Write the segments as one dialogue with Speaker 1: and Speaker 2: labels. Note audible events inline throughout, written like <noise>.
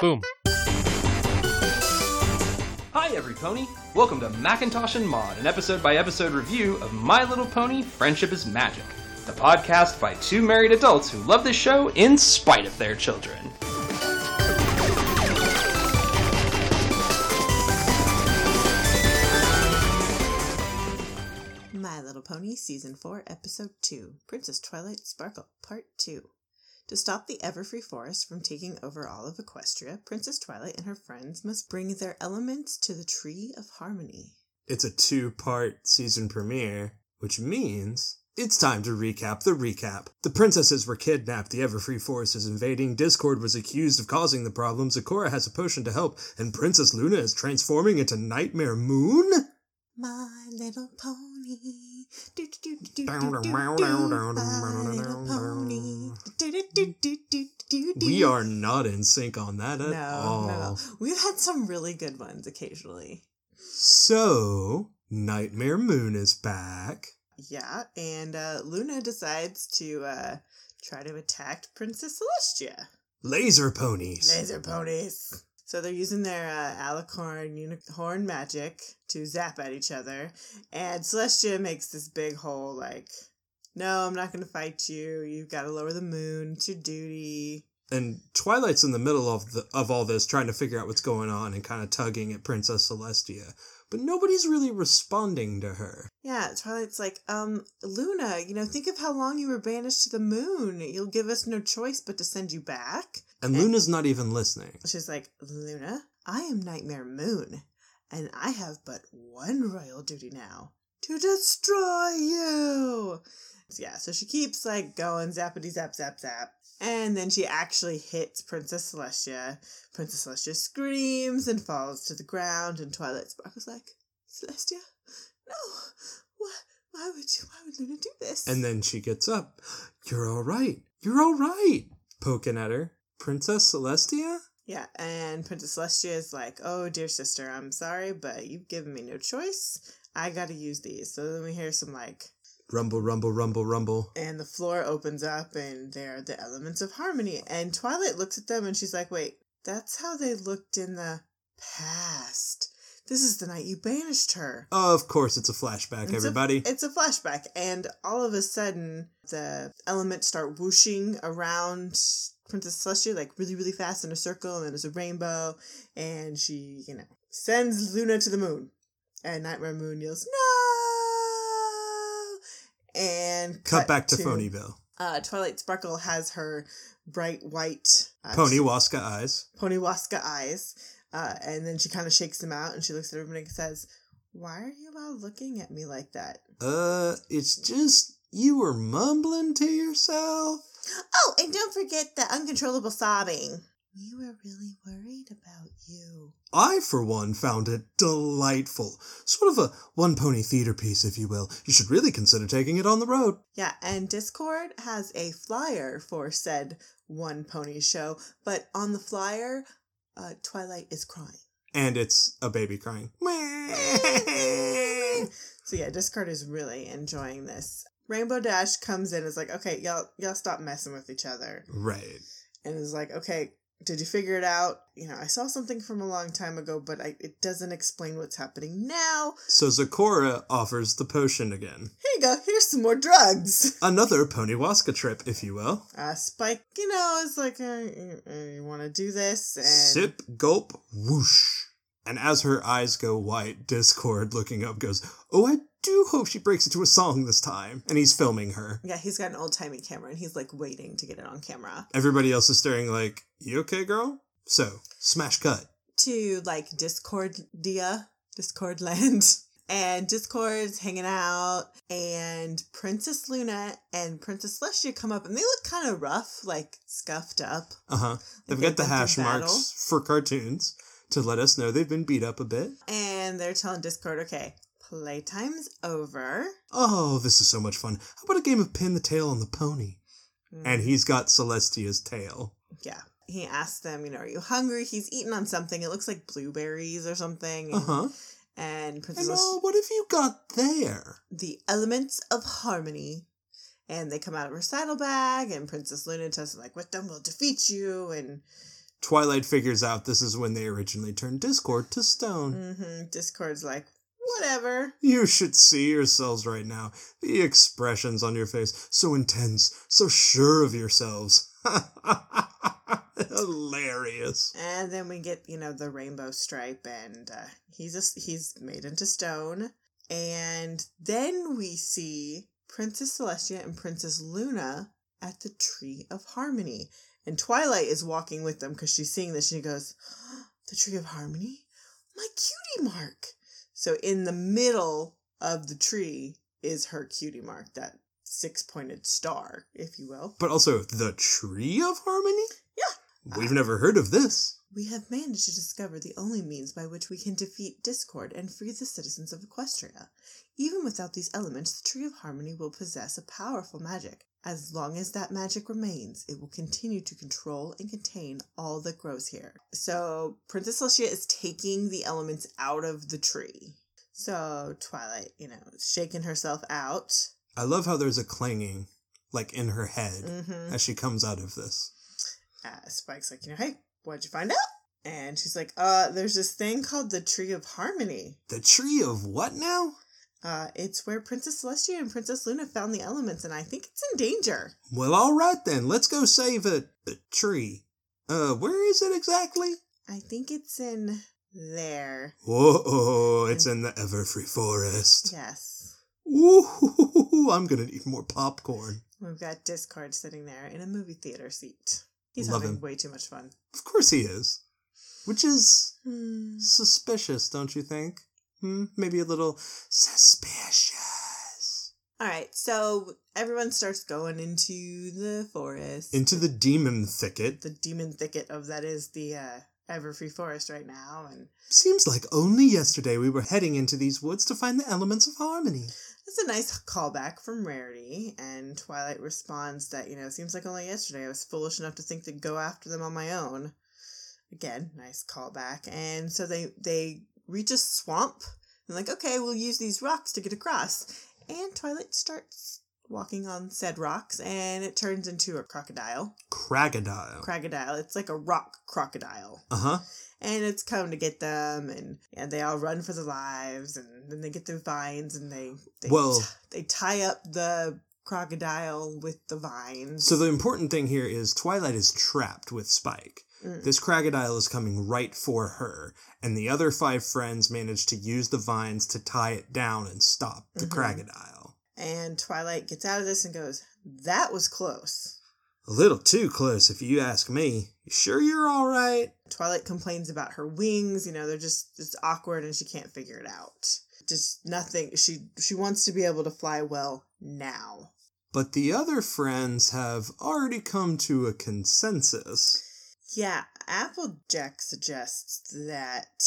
Speaker 1: Boom.
Speaker 2: Hi, everypony! Welcome to Macintosh and Mod, an episode by episode review of My Little Pony Friendship is Magic, the podcast by two married adults who love this show in spite of their children.
Speaker 3: My Little Pony Season 4, Episode 2 Princess Twilight Sparkle, Part 2. To stop the Everfree Forest from taking over all of Equestria, Princess Twilight and her friends must bring their elements to the Tree of Harmony.
Speaker 4: It's a two part season premiere, which means it's time to recap the recap. The princesses were kidnapped, the Everfree Forest is invading, Discord was accused of causing the problems, Akora has a potion to help, and Princess Luna is transforming into Nightmare Moon?
Speaker 3: My Little Pony. Do, do, do, do, do, do, do. My Little Pony. Do, do, do, do, do, do, do.
Speaker 4: We are not in sync on that at
Speaker 3: No,
Speaker 4: all.
Speaker 3: no. We've had some really good ones occasionally.
Speaker 4: So, Nightmare Moon is back.
Speaker 3: Yeah, and uh, Luna decides to uh, try to attack Princess Celestia.
Speaker 4: Laser ponies.
Speaker 3: Laser ponies. So they're using their uh, alicorn unicorn magic to zap at each other, and Celestia makes this big hole like, "No, I'm not going to fight you. You've got to lower the moon. It's your duty."
Speaker 4: and Twilight's in the middle of the of all this, trying to figure out what's going on and kind of tugging at Princess Celestia, but nobody's really responding to her.
Speaker 3: Yeah, Twilight's like, um, Luna, you know, think of how long you were banished to the moon. You'll give us no choice but to send you back.
Speaker 4: And Luna's not even listening.
Speaker 3: She's like, Luna, I am Nightmare Moon, and I have but one royal duty now to destroy you. So yeah, so she keeps like going zappity zap zap zap. And then she actually hits Princess Celestia. Princess Celestia screams and falls to the ground, and Twilight Sparkle's like, Celestia, no, why, why would you, why would Luna do this?
Speaker 4: And then she gets up. You're all right. You're all right. Poking at her. Princess Celestia?
Speaker 3: Yeah, and Princess Celestia is like, "Oh, dear sister, I'm sorry, but you've given me no choice. I got to use these." So then we hear some like,
Speaker 4: Rumble, rumble, rumble, rumble.
Speaker 3: and the floor opens up, and there are the elements of harmony. And Twilight looks at them, and she's like, "Wait, that's how they looked in the past. This is the night you banished her."
Speaker 4: Of course, it's a flashback,
Speaker 3: It's a-
Speaker 4: everybody.
Speaker 3: It's a flashback, and all of a sudden, the elements start whooshing around Princess Celestia like really, really fast in a circle, and then there's a rainbow, and she, you know, sends Luna to the moon. And Nightmare Moon yells, No! And
Speaker 4: Cut back to Phoneyville.
Speaker 3: Uh, Twilight Sparkle has her bright white uh,
Speaker 4: Pony Waska eyes.
Speaker 3: Ponywaska eyes. Uh, and then she kind of shakes them out and she looks at everybody and says, Why are you all looking at me like that?
Speaker 4: Uh, it's just you were mumbling to yourself.
Speaker 3: Oh, and don't forget the uncontrollable sobbing. We were really worried about you.
Speaker 4: I, for one, found it delightful. Sort of a one pony theater piece, if you will. You should really consider taking it on the road.
Speaker 3: Yeah, and Discord has a flyer for said one pony show, but on the flyer, uh, Twilight is crying.
Speaker 4: And it's a baby crying. <laughs>
Speaker 3: So yeah, Discord is really enjoying this. Rainbow Dash comes in and is like, okay, y'all y'all stop messing with each other.
Speaker 4: right.
Speaker 3: and is like, "Okay, did you figure it out? You know, I saw something from a long time ago, but I, it doesn't explain what's happening now.
Speaker 4: So Zakora offers the potion again.
Speaker 3: Here you go. Here's some more drugs."
Speaker 4: Another Ponywaska trip, if you will.
Speaker 3: Uh, Spike, you know, is like, uh, you- uh, "You want to do this?" And
Speaker 4: Sip, gulp, whoosh. And as her eyes go white, Discord, looking up, goes, Oh, I do hope she breaks into a song this time. And he's filming her.
Speaker 3: yeah, he's got an old timey camera, and he's like waiting to get it on camera
Speaker 4: Everybody else is staring like, You okay, girl? So, smash cut.
Speaker 3: to like Discordia, Discord land. <laughs> And Discord's hanging out, and Princess Luna and Princess Celestia come up, and they look kind of rough, like scuffed up.
Speaker 4: Uh huh. They've
Speaker 3: They've
Speaker 4: got the
Speaker 3: been through
Speaker 4: hash
Speaker 3: battle.
Speaker 4: marks for cartoons to let us know they've been beat up a bit.
Speaker 3: and they're telling Discord, okay, playtime's over.
Speaker 4: Oh, this is so much fun. How about a game of pin the tail on the pony? And he's got Celestia's tail.
Speaker 3: yeah, he asks them, you know, are you hungry? He's eating on something. It looks like blueberries or something.
Speaker 4: Uh huh.
Speaker 3: And Princess
Speaker 4: And
Speaker 3: Lush-
Speaker 4: oh, what have you got there?
Speaker 3: the elements of harmony. And they come out of her saddlebag, and Princess Luna tells them, like, with them, we'll defeat you. And
Speaker 4: Twilight figures out this is when they originally turned Discord to stone.
Speaker 3: hmm Discord's like, whatever.
Speaker 4: You should see yourselves right now. The expressions on your face, so intense, so sure of yourselves. <laughs> Hilarious.
Speaker 3: And then we get, you know, the rainbow stripe, and uh, he's a, he's made into stone. And then we see Princess Celestia and Princess Luna at the Tree of Harmony. And Twilight is walking with them because she's seeing this and she goes, The Tree of Harmony? My cutie mark. So in the middle of the tree is her cutie mark, that six pointed star, if you will.
Speaker 4: But also, the Tree of Harmony?
Speaker 3: Yeah.
Speaker 4: We've never heard of this.
Speaker 3: We have managed to discover the only means by which we can defeat discord and free the citizens of Equestria. Even without these elements, the Tree of Harmony will possess a powerful magic. As long as that magic remains, it will continue to control and contain all that grows here. So, Princess Celestia is taking the elements out of the tree. So, Twilight, you know, is shaking herself out.
Speaker 4: I love how there's a clanging, like in her head,
Speaker 3: Mm-hmm.
Speaker 4: as she comes out of this.
Speaker 3: uh, Spike's like, you know, hey, what'd you find out? And she's like, uh, there's this thing called the Tree of Harmony.
Speaker 4: The Tree of what now?
Speaker 3: Uh, it's where Princess Celestia and Princess Luna found the elements, and I think it's in danger.
Speaker 4: Well, all right then. Let's go save it. The tree. Uh, where is it exactly?
Speaker 3: I think it's in there.
Speaker 4: Whoa, it's in the Everfree Forest.
Speaker 3: Yes.
Speaker 4: Ooh, I'm gonna need more popcorn.
Speaker 3: We've got Discord sitting there in a movie theater seat. He's
Speaker 4: Love
Speaker 3: having
Speaker 4: him.
Speaker 3: way too much fun.
Speaker 4: Of course he is. Which is
Speaker 3: Hmm.
Speaker 4: suspicious, don't you think? Hmm, maybe a little suspicious.
Speaker 3: All right, so everyone starts going into the forest.
Speaker 4: Into the demon thicket.
Speaker 3: the demon thicket of that is the uh, Everfree Forest right now, and
Speaker 4: Seems like only yesterday we were heading into these woods to find the elements of harmony.
Speaker 3: That's a nice callback from Rarity, and Twilight responds that, you know, it seems like only yesterday I was foolish enough to think to go after them on my own. Again, nice callback. And so they they reach a swamp and like, okay, we'll use these rocks to get across. And Twilight starts walking on said rocks and it turns into a crocodile.
Speaker 4: Cragadile.
Speaker 3: Crocodile. It's like a rock crocodile
Speaker 4: uh huh.
Speaker 3: and it's come to get them and yeah, they all run for their lives and then they get the vines and they they,
Speaker 4: Well-
Speaker 3: they tie up the crocodile with the vines
Speaker 4: So the important thing here is Twilight is trapped with Spike.
Speaker 3: Mm.
Speaker 4: This crocodile is coming right for her, and the other five friends manage to use the vines to tie it down and stop the
Speaker 3: Mhm.
Speaker 4: crocodile.
Speaker 3: and twilight gets out of this and goes that was close
Speaker 4: A little too close, if you ask me. You sure you're all right?
Speaker 3: twilight complains about her wings you know they're just it's awkward and she can't figure it out just nothing she she wants to be able to fly well now
Speaker 4: But the other friends have already come to a consensus.
Speaker 3: yeah applejack suggests that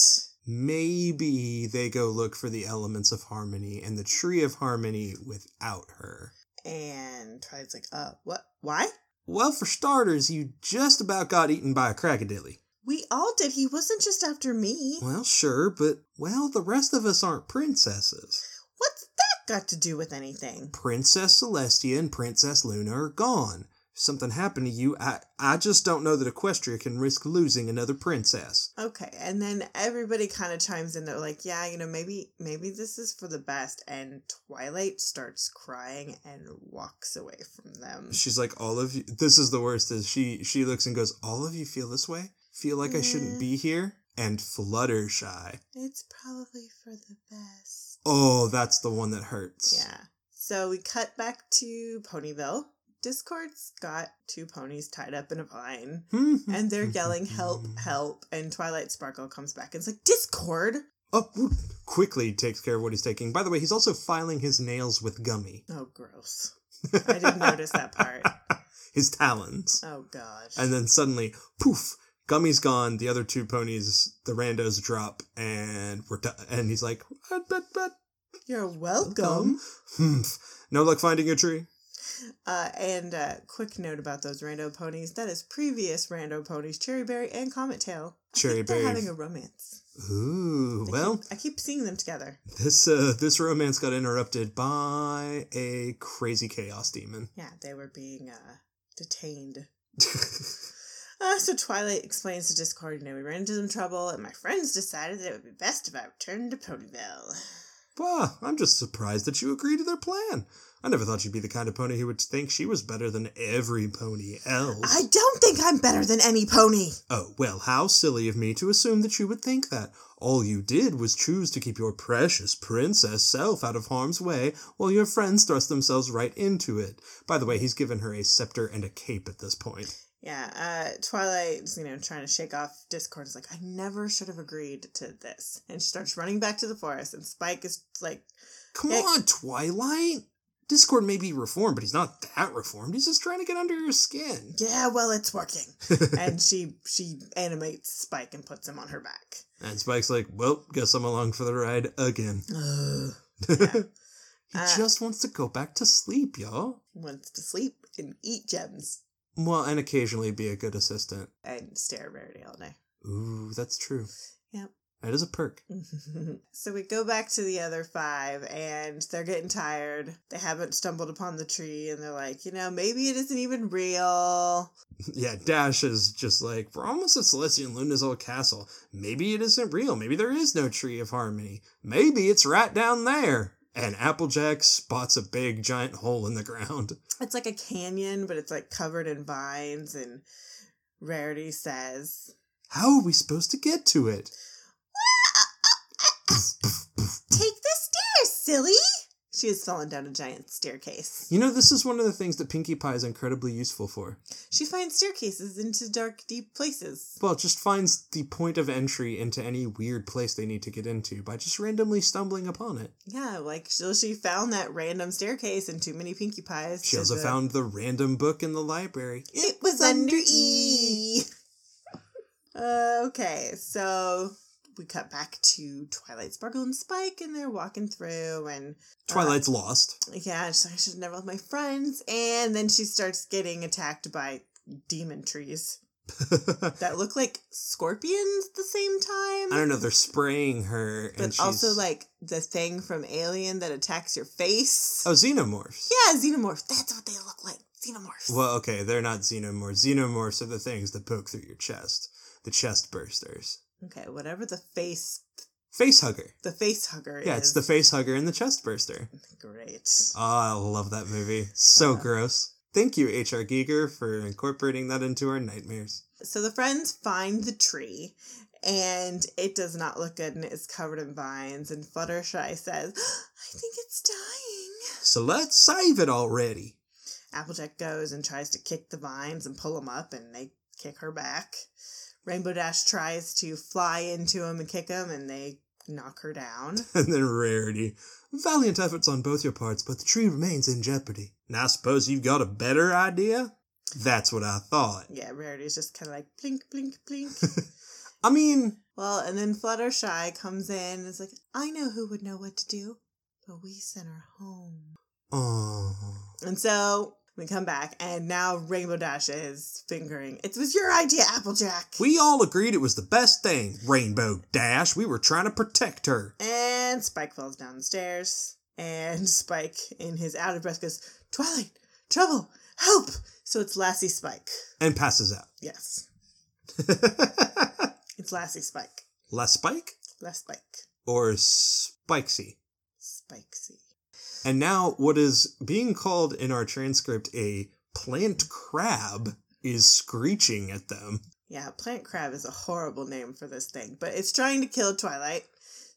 Speaker 4: Maybe they go look for the elements of harmony and the tree of harmony without her.
Speaker 3: and twilight's like uh what why
Speaker 4: Well, for starters, you just about got eaten by a crocodile.
Speaker 3: We all did. He wasn't just after me.
Speaker 4: Well, sure, but well, the rest of us aren't princesses.
Speaker 3: What's that got to do with anything?
Speaker 4: Princess Celestia and Princess Luna are gone. If something happened to you, I I just don't know that Equestria can risk losing another princess.
Speaker 3: Okay, and then everybody kind of chimes in. They're like, "Yeah, you know, maybe, maybe this is for the best." And Twilight starts crying and walks away from them.
Speaker 4: She's like, all of you. This is the worst. Is she? She looks and goes, all of you feel this way? Feel like I
Speaker 3: Yeah.
Speaker 4: shouldn't be here? And Fluttershy.
Speaker 3: It's probably for the best.
Speaker 4: Oh, that's the one that hurts.
Speaker 3: Yeah. So we cut back to Ponyville. Discord's got two ponies tied up in a vine,
Speaker 4: Yeah.
Speaker 3: and they're yelling, "Help! Help!" And Twilight Sparkle comes back and is like, "Discord!"
Speaker 4: Up Oh, quickly takes care of what he's taking. By the way, he's also filing his nails with gummy. <laughs>
Speaker 3: Oh, gross. I didn't notice that part.
Speaker 4: his talons.
Speaker 3: Oh gosh.
Speaker 4: And then suddenly, poof, Gummy's gone. The other two ponies, the randos drop, and we're done. And he's like, but, but, but,
Speaker 3: You're welcome.
Speaker 4: gum. Humph. No luck finding a tree.
Speaker 3: Uh, and uh, quick note about those rando ponies. That is previous rando ponies, Cherry Berry and Comet Tail. I
Speaker 4: Cherry
Speaker 3: think
Speaker 4: Berry.
Speaker 3: They're having a romance.
Speaker 4: Ooh,
Speaker 3: I
Speaker 4: well,
Speaker 3: keep, I keep seeing them together.
Speaker 4: this uh, this romance got interrupted by a crazy chaos demon. <laughs>
Speaker 3: Yeah, they were being uh, detained. Uh, so Twilight explains to Discord, you know, we ran into some trouble, and my friends decided that it would be best if I returned to Ponyville.
Speaker 4: Bah, I'm just surprised that you agreed to their plan. I never thought you'd be the kind of pony who would think she was better than every pony else.
Speaker 3: I don't think I'm better than any pony.
Speaker 4: Oh, well, how silly of me to assume that you would think that. All you did was choose to keep your precious princess self out of harm's way while your friends thrust themselves right into it. By the way, he's given her a scepter and a cape at this point.
Speaker 3: Yeah, uh, Twilight's, you know, trying to shake off Discord. Is like, I never should have agreed to this. And she starts running back to the forest, and Spike is like,
Speaker 4: Come
Speaker 3: Yeah.
Speaker 4: on, Twilight! Discord may be reformed, but he's not that reformed. He's just trying to get under your skin.
Speaker 3: Yeah, well, it's working. and she she animates Spike and puts him on her back.
Speaker 4: And Spike's like, well, guess I'm along for the ride again.
Speaker 3: Ugh.
Speaker 4: He
Speaker 3: Uh,
Speaker 4: just wants to go back to sleep, y'all.
Speaker 3: Wants to sleep and eat gems
Speaker 4: Well, and occasionally be a good assistant.
Speaker 3: and stare at Rarity all day. <laughs>
Speaker 4: Ooh, that's true.
Speaker 3: Yep.
Speaker 4: That is a perk. <laughs>
Speaker 3: so we go back to the other five and they're getting tired. They haven't stumbled upon the tree and they're like, you know, maybe it isn't even real.
Speaker 4: yeah, Dash is just like, we're almost at Celestian Luna's old castle. Maybe it isn't real. Maybe there is no Tree of Harmony. Maybe it's right down there. And Applejack spots a big giant hole in the ground. <laughs>
Speaker 3: It's like a canyon, but it's like covered in vines and Rarity says,
Speaker 4: How are we supposed to get to it?
Speaker 3: Take the stairs, silly! She has fallen down a giant staircase.
Speaker 4: You know, this is one of the things that Pinkie Pie is incredibly useful for.
Speaker 3: She finds staircases into dark, deep places.
Speaker 4: Well, it just finds the point of entry into any weird place they need to get into by just randomly stumbling upon it.
Speaker 3: Yeah, like she, she found that random staircase and too many Pinkie Pies.
Speaker 4: She
Speaker 3: to
Speaker 4: also
Speaker 3: the-
Speaker 4: found the random book in the library.
Speaker 3: it was under E. Uh, <laughs> okay, so we cut back to Twilight Sparkle and Spike, and they're walking through, and uh,
Speaker 4: Twilight's lost.
Speaker 3: yeah, she's like, I should never left my friends, and then she starts getting attacked by demon
Speaker 4: <laughs>
Speaker 3: trees that look like scorpions at the same time.
Speaker 4: I don't know, they're spraying her.
Speaker 3: mm-hmm. but
Speaker 4: and she's...
Speaker 3: also like the thing from Alien that attacks your face.
Speaker 4: Oh, xenomorphs.
Speaker 3: Yeah, xenomorph. That's what they look like. Xenomorphs.
Speaker 4: Well, okay, they're not xenomorphs. Xenomorphs are the things that poke through your chest, the chest bursters.
Speaker 3: Okay, whatever the face,
Speaker 4: Face hugger.
Speaker 3: the face hugger.
Speaker 4: Yeah,
Speaker 3: is.
Speaker 4: it's the face hugger and the
Speaker 3: <laughs>
Speaker 4: chest burster.
Speaker 3: great.
Speaker 4: Ah, I love that movie. So
Speaker 3: Uh-huh.
Speaker 4: gross. Thank you, H.R. Giger, for incorporating that into our nightmares.
Speaker 3: So the friends find the tree, and it does not look good, and it's covered in vines. And Fluttershy says, <gasps> "I think it's dying."
Speaker 4: So let's save it already.
Speaker 3: Applejack goes and tries to kick the vines and pull them up, and they kick her back. Rainbow Dash tries to fly into him and kick him, and they knock her down.
Speaker 4: <laughs> And then rarity. Valiant efforts on both your parts, but the tree remains in jeopardy. Now, I suppose you've got a better idea? That's what I thought.
Speaker 3: Yeah, Rarity's just kind of like blink, blink, blink.
Speaker 4: I mean,
Speaker 3: Well, and then Fluttershy comes in and is like, I know who would know what to do, but we sent her home.
Speaker 4: oh.
Speaker 3: And so we come back, and now Rainbow Dash is fingering. It was your idea, Applejack.
Speaker 4: We all agreed it was the best thing, Rainbow Dash. We were trying to protect her.
Speaker 3: and Spike falls down the stairs, and <laughs> Spike, in his out of breath, goes, Twilight, trouble, help! So it's Lassie Spike.
Speaker 4: And passes out. <laughs>
Speaker 3: Yes, it's Lassie Spike.
Speaker 4: Less Spike
Speaker 3: Less Spike.
Speaker 4: or Spikesy?
Speaker 3: Spikesy.
Speaker 4: And now, what is being called in our transcript a plant crab is screeching at them.
Speaker 3: Yeah, plant crab is a horrible name for this thing, but it's trying to kill Twilight.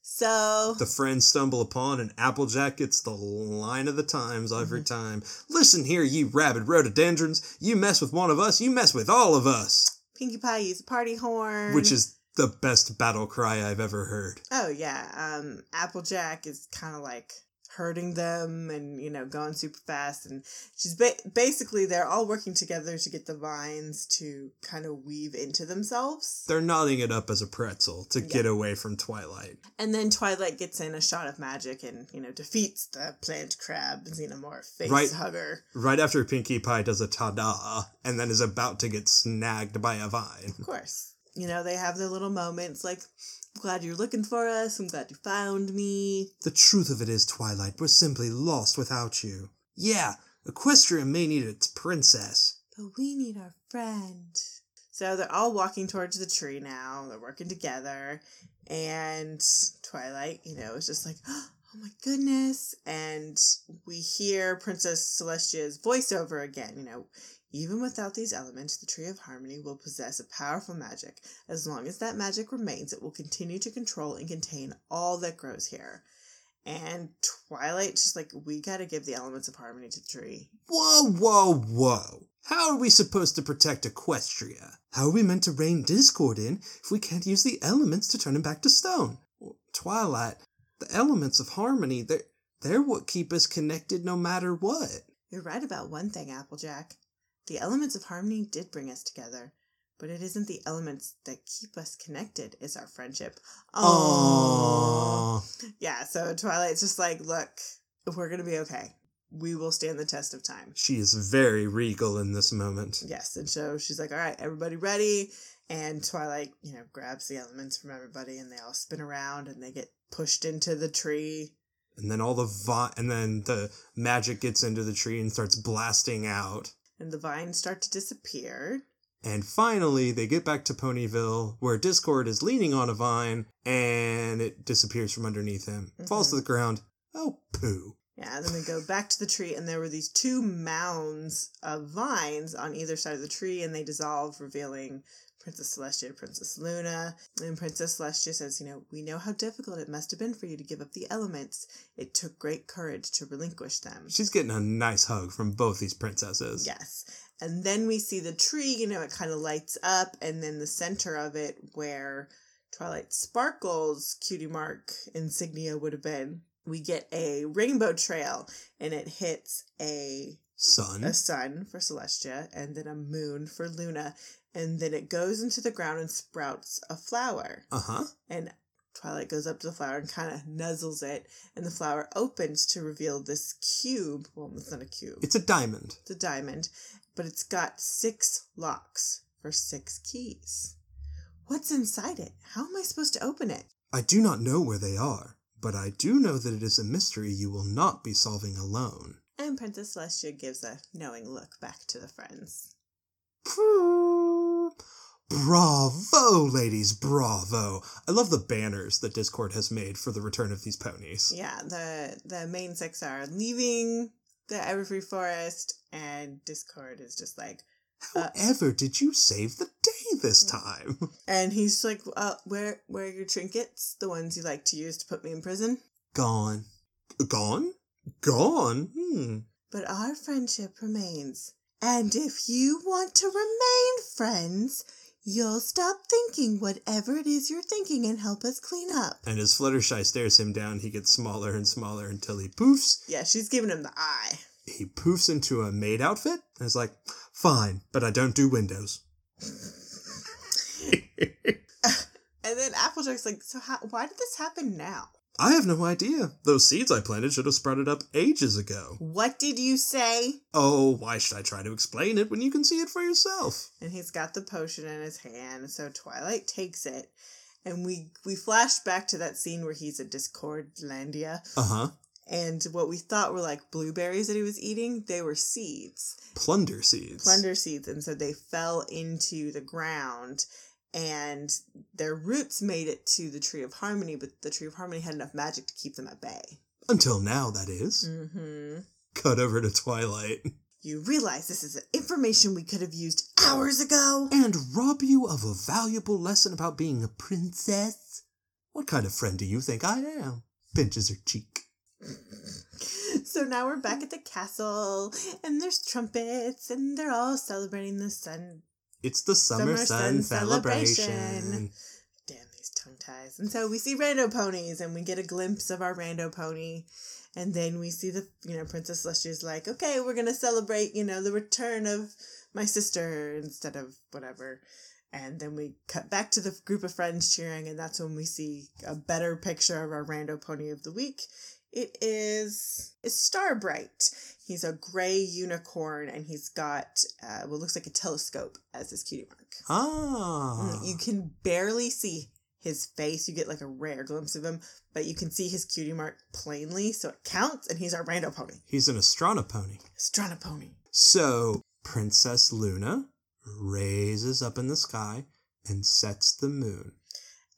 Speaker 3: So
Speaker 4: The friends stumble upon, and Applejack gets the line of the times every time. Listen here, you rabid rhododendrons. You mess with one of us, you mess with all of us.
Speaker 3: Pinkie Pie used a party horn,
Speaker 4: Which is the best battle cry I've ever heard.
Speaker 3: oh yeah. Um, Applejack is kind of like hurting them and you know going super fast, and she's ba- basically they're all working together to get the vines to kind of weave into themselves,
Speaker 4: They're knotting it up as a pretzel to
Speaker 3: Yeah.
Speaker 4: get away from Twilight.
Speaker 3: and then Twilight gets in a shot of magic and you know defeats the plant crab xenomorph face
Speaker 4: Right.
Speaker 3: hugger.
Speaker 4: Right after Pinkie Pie does a ta da and then is about to get snagged by a vine.
Speaker 3: Of course. You know, they have their little moments like, I'm glad you're looking for us. I'm glad you found me.
Speaker 4: The truth of it is, Twilight, we're simply lost without you. Yeah, Equestria may need its princess.
Speaker 3: But we need our friend. So they're all walking towards the tree now. They're working together. And Twilight, you know, is just like, <gasps> oh my goodness. And we hear Princess Celestia's voiceover again, you know. Even without these elements, the Tree of Harmony will possess a powerful magic. As long as that magic remains, it will continue to control and contain all that grows here. And Twilight, just like, we gotta give the elements of harmony to the tree.
Speaker 4: Whoa, whoa, whoa. How are we supposed to protect Equestria? How are we meant to rein Discord in if we can't use the elements to turn him back to stone? Twilight, the elements of harmony, they're, they're what keep us connected no matter what.
Speaker 3: You're right about one thing, Applejack. The elements of harmony did bring us together, but it isn't the elements that keep us connected, it's our friendship. Aww. Yeah, so Twilight's just like, look, we're gonna be okay. We will stand the test of time.
Speaker 4: She is very regal in this moment.
Speaker 3: Yes, and so she's like, all right, everybody ready? And Twilight, you know, grabs the elements from everybody and they all spin around and they get pushed into the tree.
Speaker 4: And then all the vi- and then the magic gets into the tree and starts blasting out.
Speaker 3: And the vines start to disappear.
Speaker 4: And finally, they get back to Ponyville, where Discord is leaning on a vine, and it disappears from underneath him, falls to the ground. Oh, poo.
Speaker 3: Yeah, then we go back to the tree, and there were these two mounds of vines on either side of the tree, and they dissolve, revealing Princess Celestia, Princess Luna. And Princess Celestia says, You know, we know how difficult it must have been for you to give up the elements. It took great courage to relinquish them.
Speaker 4: She's getting a nice hug from both these princesses.
Speaker 3: Yes. And then we see the tree, you know, it kind of lights up, and then the center of it where Twilight Sparkles cutie mark insignia would have been, we get a rainbow trail and it hits a
Speaker 4: Sun.
Speaker 3: a sun for Celestia and then a moon for Luna and then it goes into the ground and sprouts a flower.
Speaker 4: Uh huh.
Speaker 3: And Twilight goes up to the flower and kind of nuzzles it and the flower opens to reveal this cube. Well, it's not a cube.
Speaker 4: It's a diamond.
Speaker 3: the diamond, but it's got six locks for six keys. What's inside it? How am I supposed to open it?
Speaker 4: I do not know where they are, but I do know that it is a mystery you will not be solving alone.
Speaker 3: And Princess Celestia gives a knowing look back to the friends.
Speaker 4: Bravo, ladies, bravo. I love the banners that Discord has made for the return of these ponies.
Speaker 3: Yeah, the the main six are leaving the Everfree Forest, and Discord is just like, uh,
Speaker 4: However, did you save the day this time? <laughs>
Speaker 3: and he's like, uh, where where are your trinkets? The ones you like to use to put me in prison.
Speaker 4: Gone. Gone? Gone? Hmm.
Speaker 3: But our friendship remains. And if you want to remain friends, you'll stop thinking whatever it is you're thinking and help us clean up.
Speaker 4: And as Fluttershy stares him down, he gets smaller and smaller until he poofs.
Speaker 3: Yeah, she's giving him the eye.
Speaker 4: He poofs into a maid outfit and is like, fine, but I don't do windows.
Speaker 3: And then Applejack's like, so how, why did this happen now?
Speaker 4: I have no idea. Those seeds I planted should have sprouted up ages ago.
Speaker 3: What did you say?
Speaker 4: Oh, why should I try to explain it when you can see it for yourself?
Speaker 3: And he's got the potion in his hand, so Twilight takes it. And we, we flash back to that scene where he's at Discordlandia.
Speaker 4: Uh huh.
Speaker 3: And what we thought were like blueberries that he was eating, they were seeds.
Speaker 4: Plunder seeds.
Speaker 3: plunder seeds and so they fell into the ground and their roots made it to the tree of harmony but the tree of harmony had enough magic to keep them at bay
Speaker 4: Until now, that is.
Speaker 3: mm-hmm.
Speaker 4: Cut over to Twilight.
Speaker 3: you realize this is information we could have used hours ago
Speaker 4: And rob you of a valuable lesson about being a princess? What kind of friend do you think I am? Pinches her cheek.
Speaker 3: so now we're back at the castle and there's trumpets and they're all celebrating the sun
Speaker 4: It's the summer,
Speaker 3: Summer
Speaker 4: sun,
Speaker 3: sun
Speaker 4: celebration.
Speaker 3: celebration. damn these tongue ties. And so we see rando ponies and we get a glimpse of our rando pony. And then we see the, you know, Princess Celestia's like, okay, we're going to celebrate, you know, the return of my sister instead of whatever. And then we cut back to the group of friends cheering. And that's when we see a better picture of our rando pony of the week. It is it's Starbright. He's a gray unicorn and he's got uh, what looks like a telescope as his cutie mark.
Speaker 4: Ah.
Speaker 3: Mm, You can barely see his face. You get like a rare glimpse of him, but you can see his cutie mark plainly, so it counts, and he's our rando pony.
Speaker 4: He's an Astrona pony.
Speaker 3: Strana pony.
Speaker 4: So, Princess Luna, raises up in the sky and sets the moon.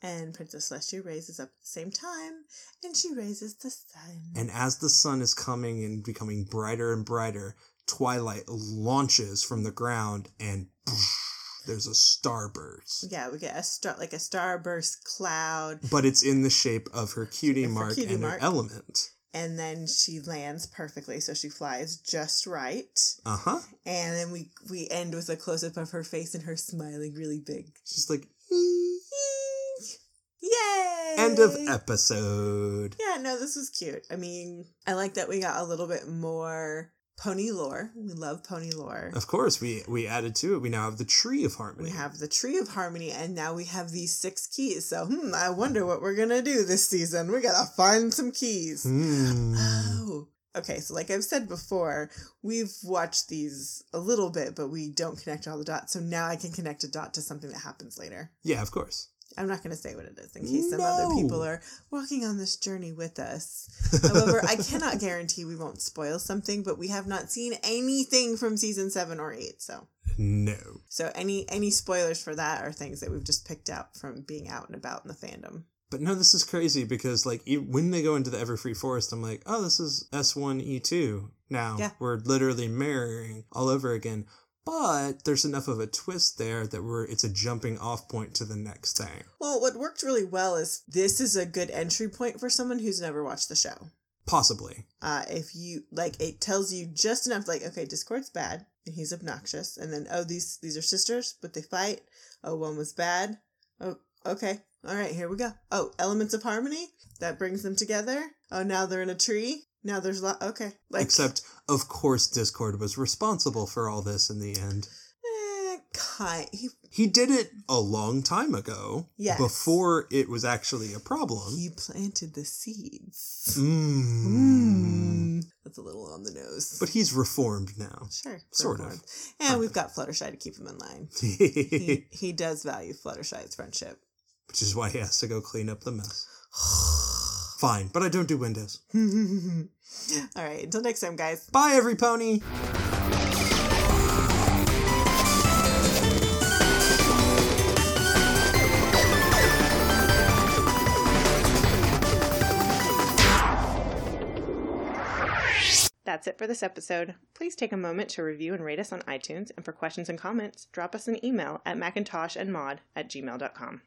Speaker 3: And Princess Celestia raises up at the same time, and she raises the sun.
Speaker 4: And as the sun is coming and becoming brighter and brighter, twilight launches from the ground and <laughs> there's a starburst.
Speaker 3: yeah, we get a star like a starburst cloud,
Speaker 4: But it's in the shape of her cutie
Speaker 3: Of her
Speaker 4: mark
Speaker 3: cutie
Speaker 4: and
Speaker 3: mark.
Speaker 4: her element.
Speaker 3: and then she lands perfectly, so she flies just right.
Speaker 4: Uh huh.
Speaker 3: And then we we end with a close up of her face and her smiling really big.
Speaker 4: She's like, "Ee."
Speaker 3: Yay!
Speaker 4: end of episode.
Speaker 3: Yeah, no, this was cute. I mean, I like that we got a little bit more pony lore. We love pony lore.
Speaker 4: Of course, we we added to it. We now have the tree of harmony.
Speaker 3: We have the Tree of Harmony, and now we have these six keys. So, hmm, I wonder what we're gonna do this season. We gotta find some keys.
Speaker 4: Hmm.
Speaker 3: Oh. Okay, so like I've said before, we've watched these a little bit, but we don't connect all the dots. So now I can connect a dot to something that happens later.
Speaker 4: Yeah, of course.
Speaker 3: I'm not going to say what it is in case some other
Speaker 4: No.
Speaker 3: people are walking on this journey with us. However, I cannot guarantee we won't spoil something, but we have not seen anything from season 7 or 8, so
Speaker 4: no.
Speaker 3: so any any spoilers for that are things that we've just picked out from being out and about in the fandom.
Speaker 4: But no, this is crazy because like e- when they go into the Everfree Forest, I'm like, oh, this is S one E two. Now
Speaker 3: Yeah.
Speaker 4: we're literally mirroring all over again. But there's enough of a twist there that we're it's a jumping off point to the next thing.
Speaker 3: Well, what worked really well is this is a good entry point for someone who's never watched the show.
Speaker 4: Possibly.
Speaker 3: uh, if you like it tells you just enough like okay discord's bad and he's obnoxious and then oh these these are sisters but they fight oh one was bad oh okay all right here we go oh elements of harmony that brings them together oh now they're in a tree now there's lot okay like
Speaker 4: Except of course Discord was responsible for all this in the end.
Speaker 3: eh, ki- he,
Speaker 4: He did it a long time ago.
Speaker 3: Yes.
Speaker 4: Before it was actually a problem.
Speaker 3: he planted the seeds
Speaker 4: Mm.
Speaker 3: mm. that's a little on the nose
Speaker 4: Hmm. But he's reformed now.
Speaker 3: sure
Speaker 4: Sort
Speaker 3: we're
Speaker 4: of.
Speaker 3: bored. and we've got fluttershy to keep him in
Speaker 4: <laughs>
Speaker 3: line he, he does value fluttershy's friendship
Speaker 4: which is why he has to go clean up the mess. <sighs> Fine, but I don't do windows.
Speaker 3: All right, until next time, guys.
Speaker 4: Bye, every pony.
Speaker 3: That's it for this episode. Please take a moment to review and rate us on iTunes, and for questions and comments, drop us an email at macintoshandmod at gmail.com.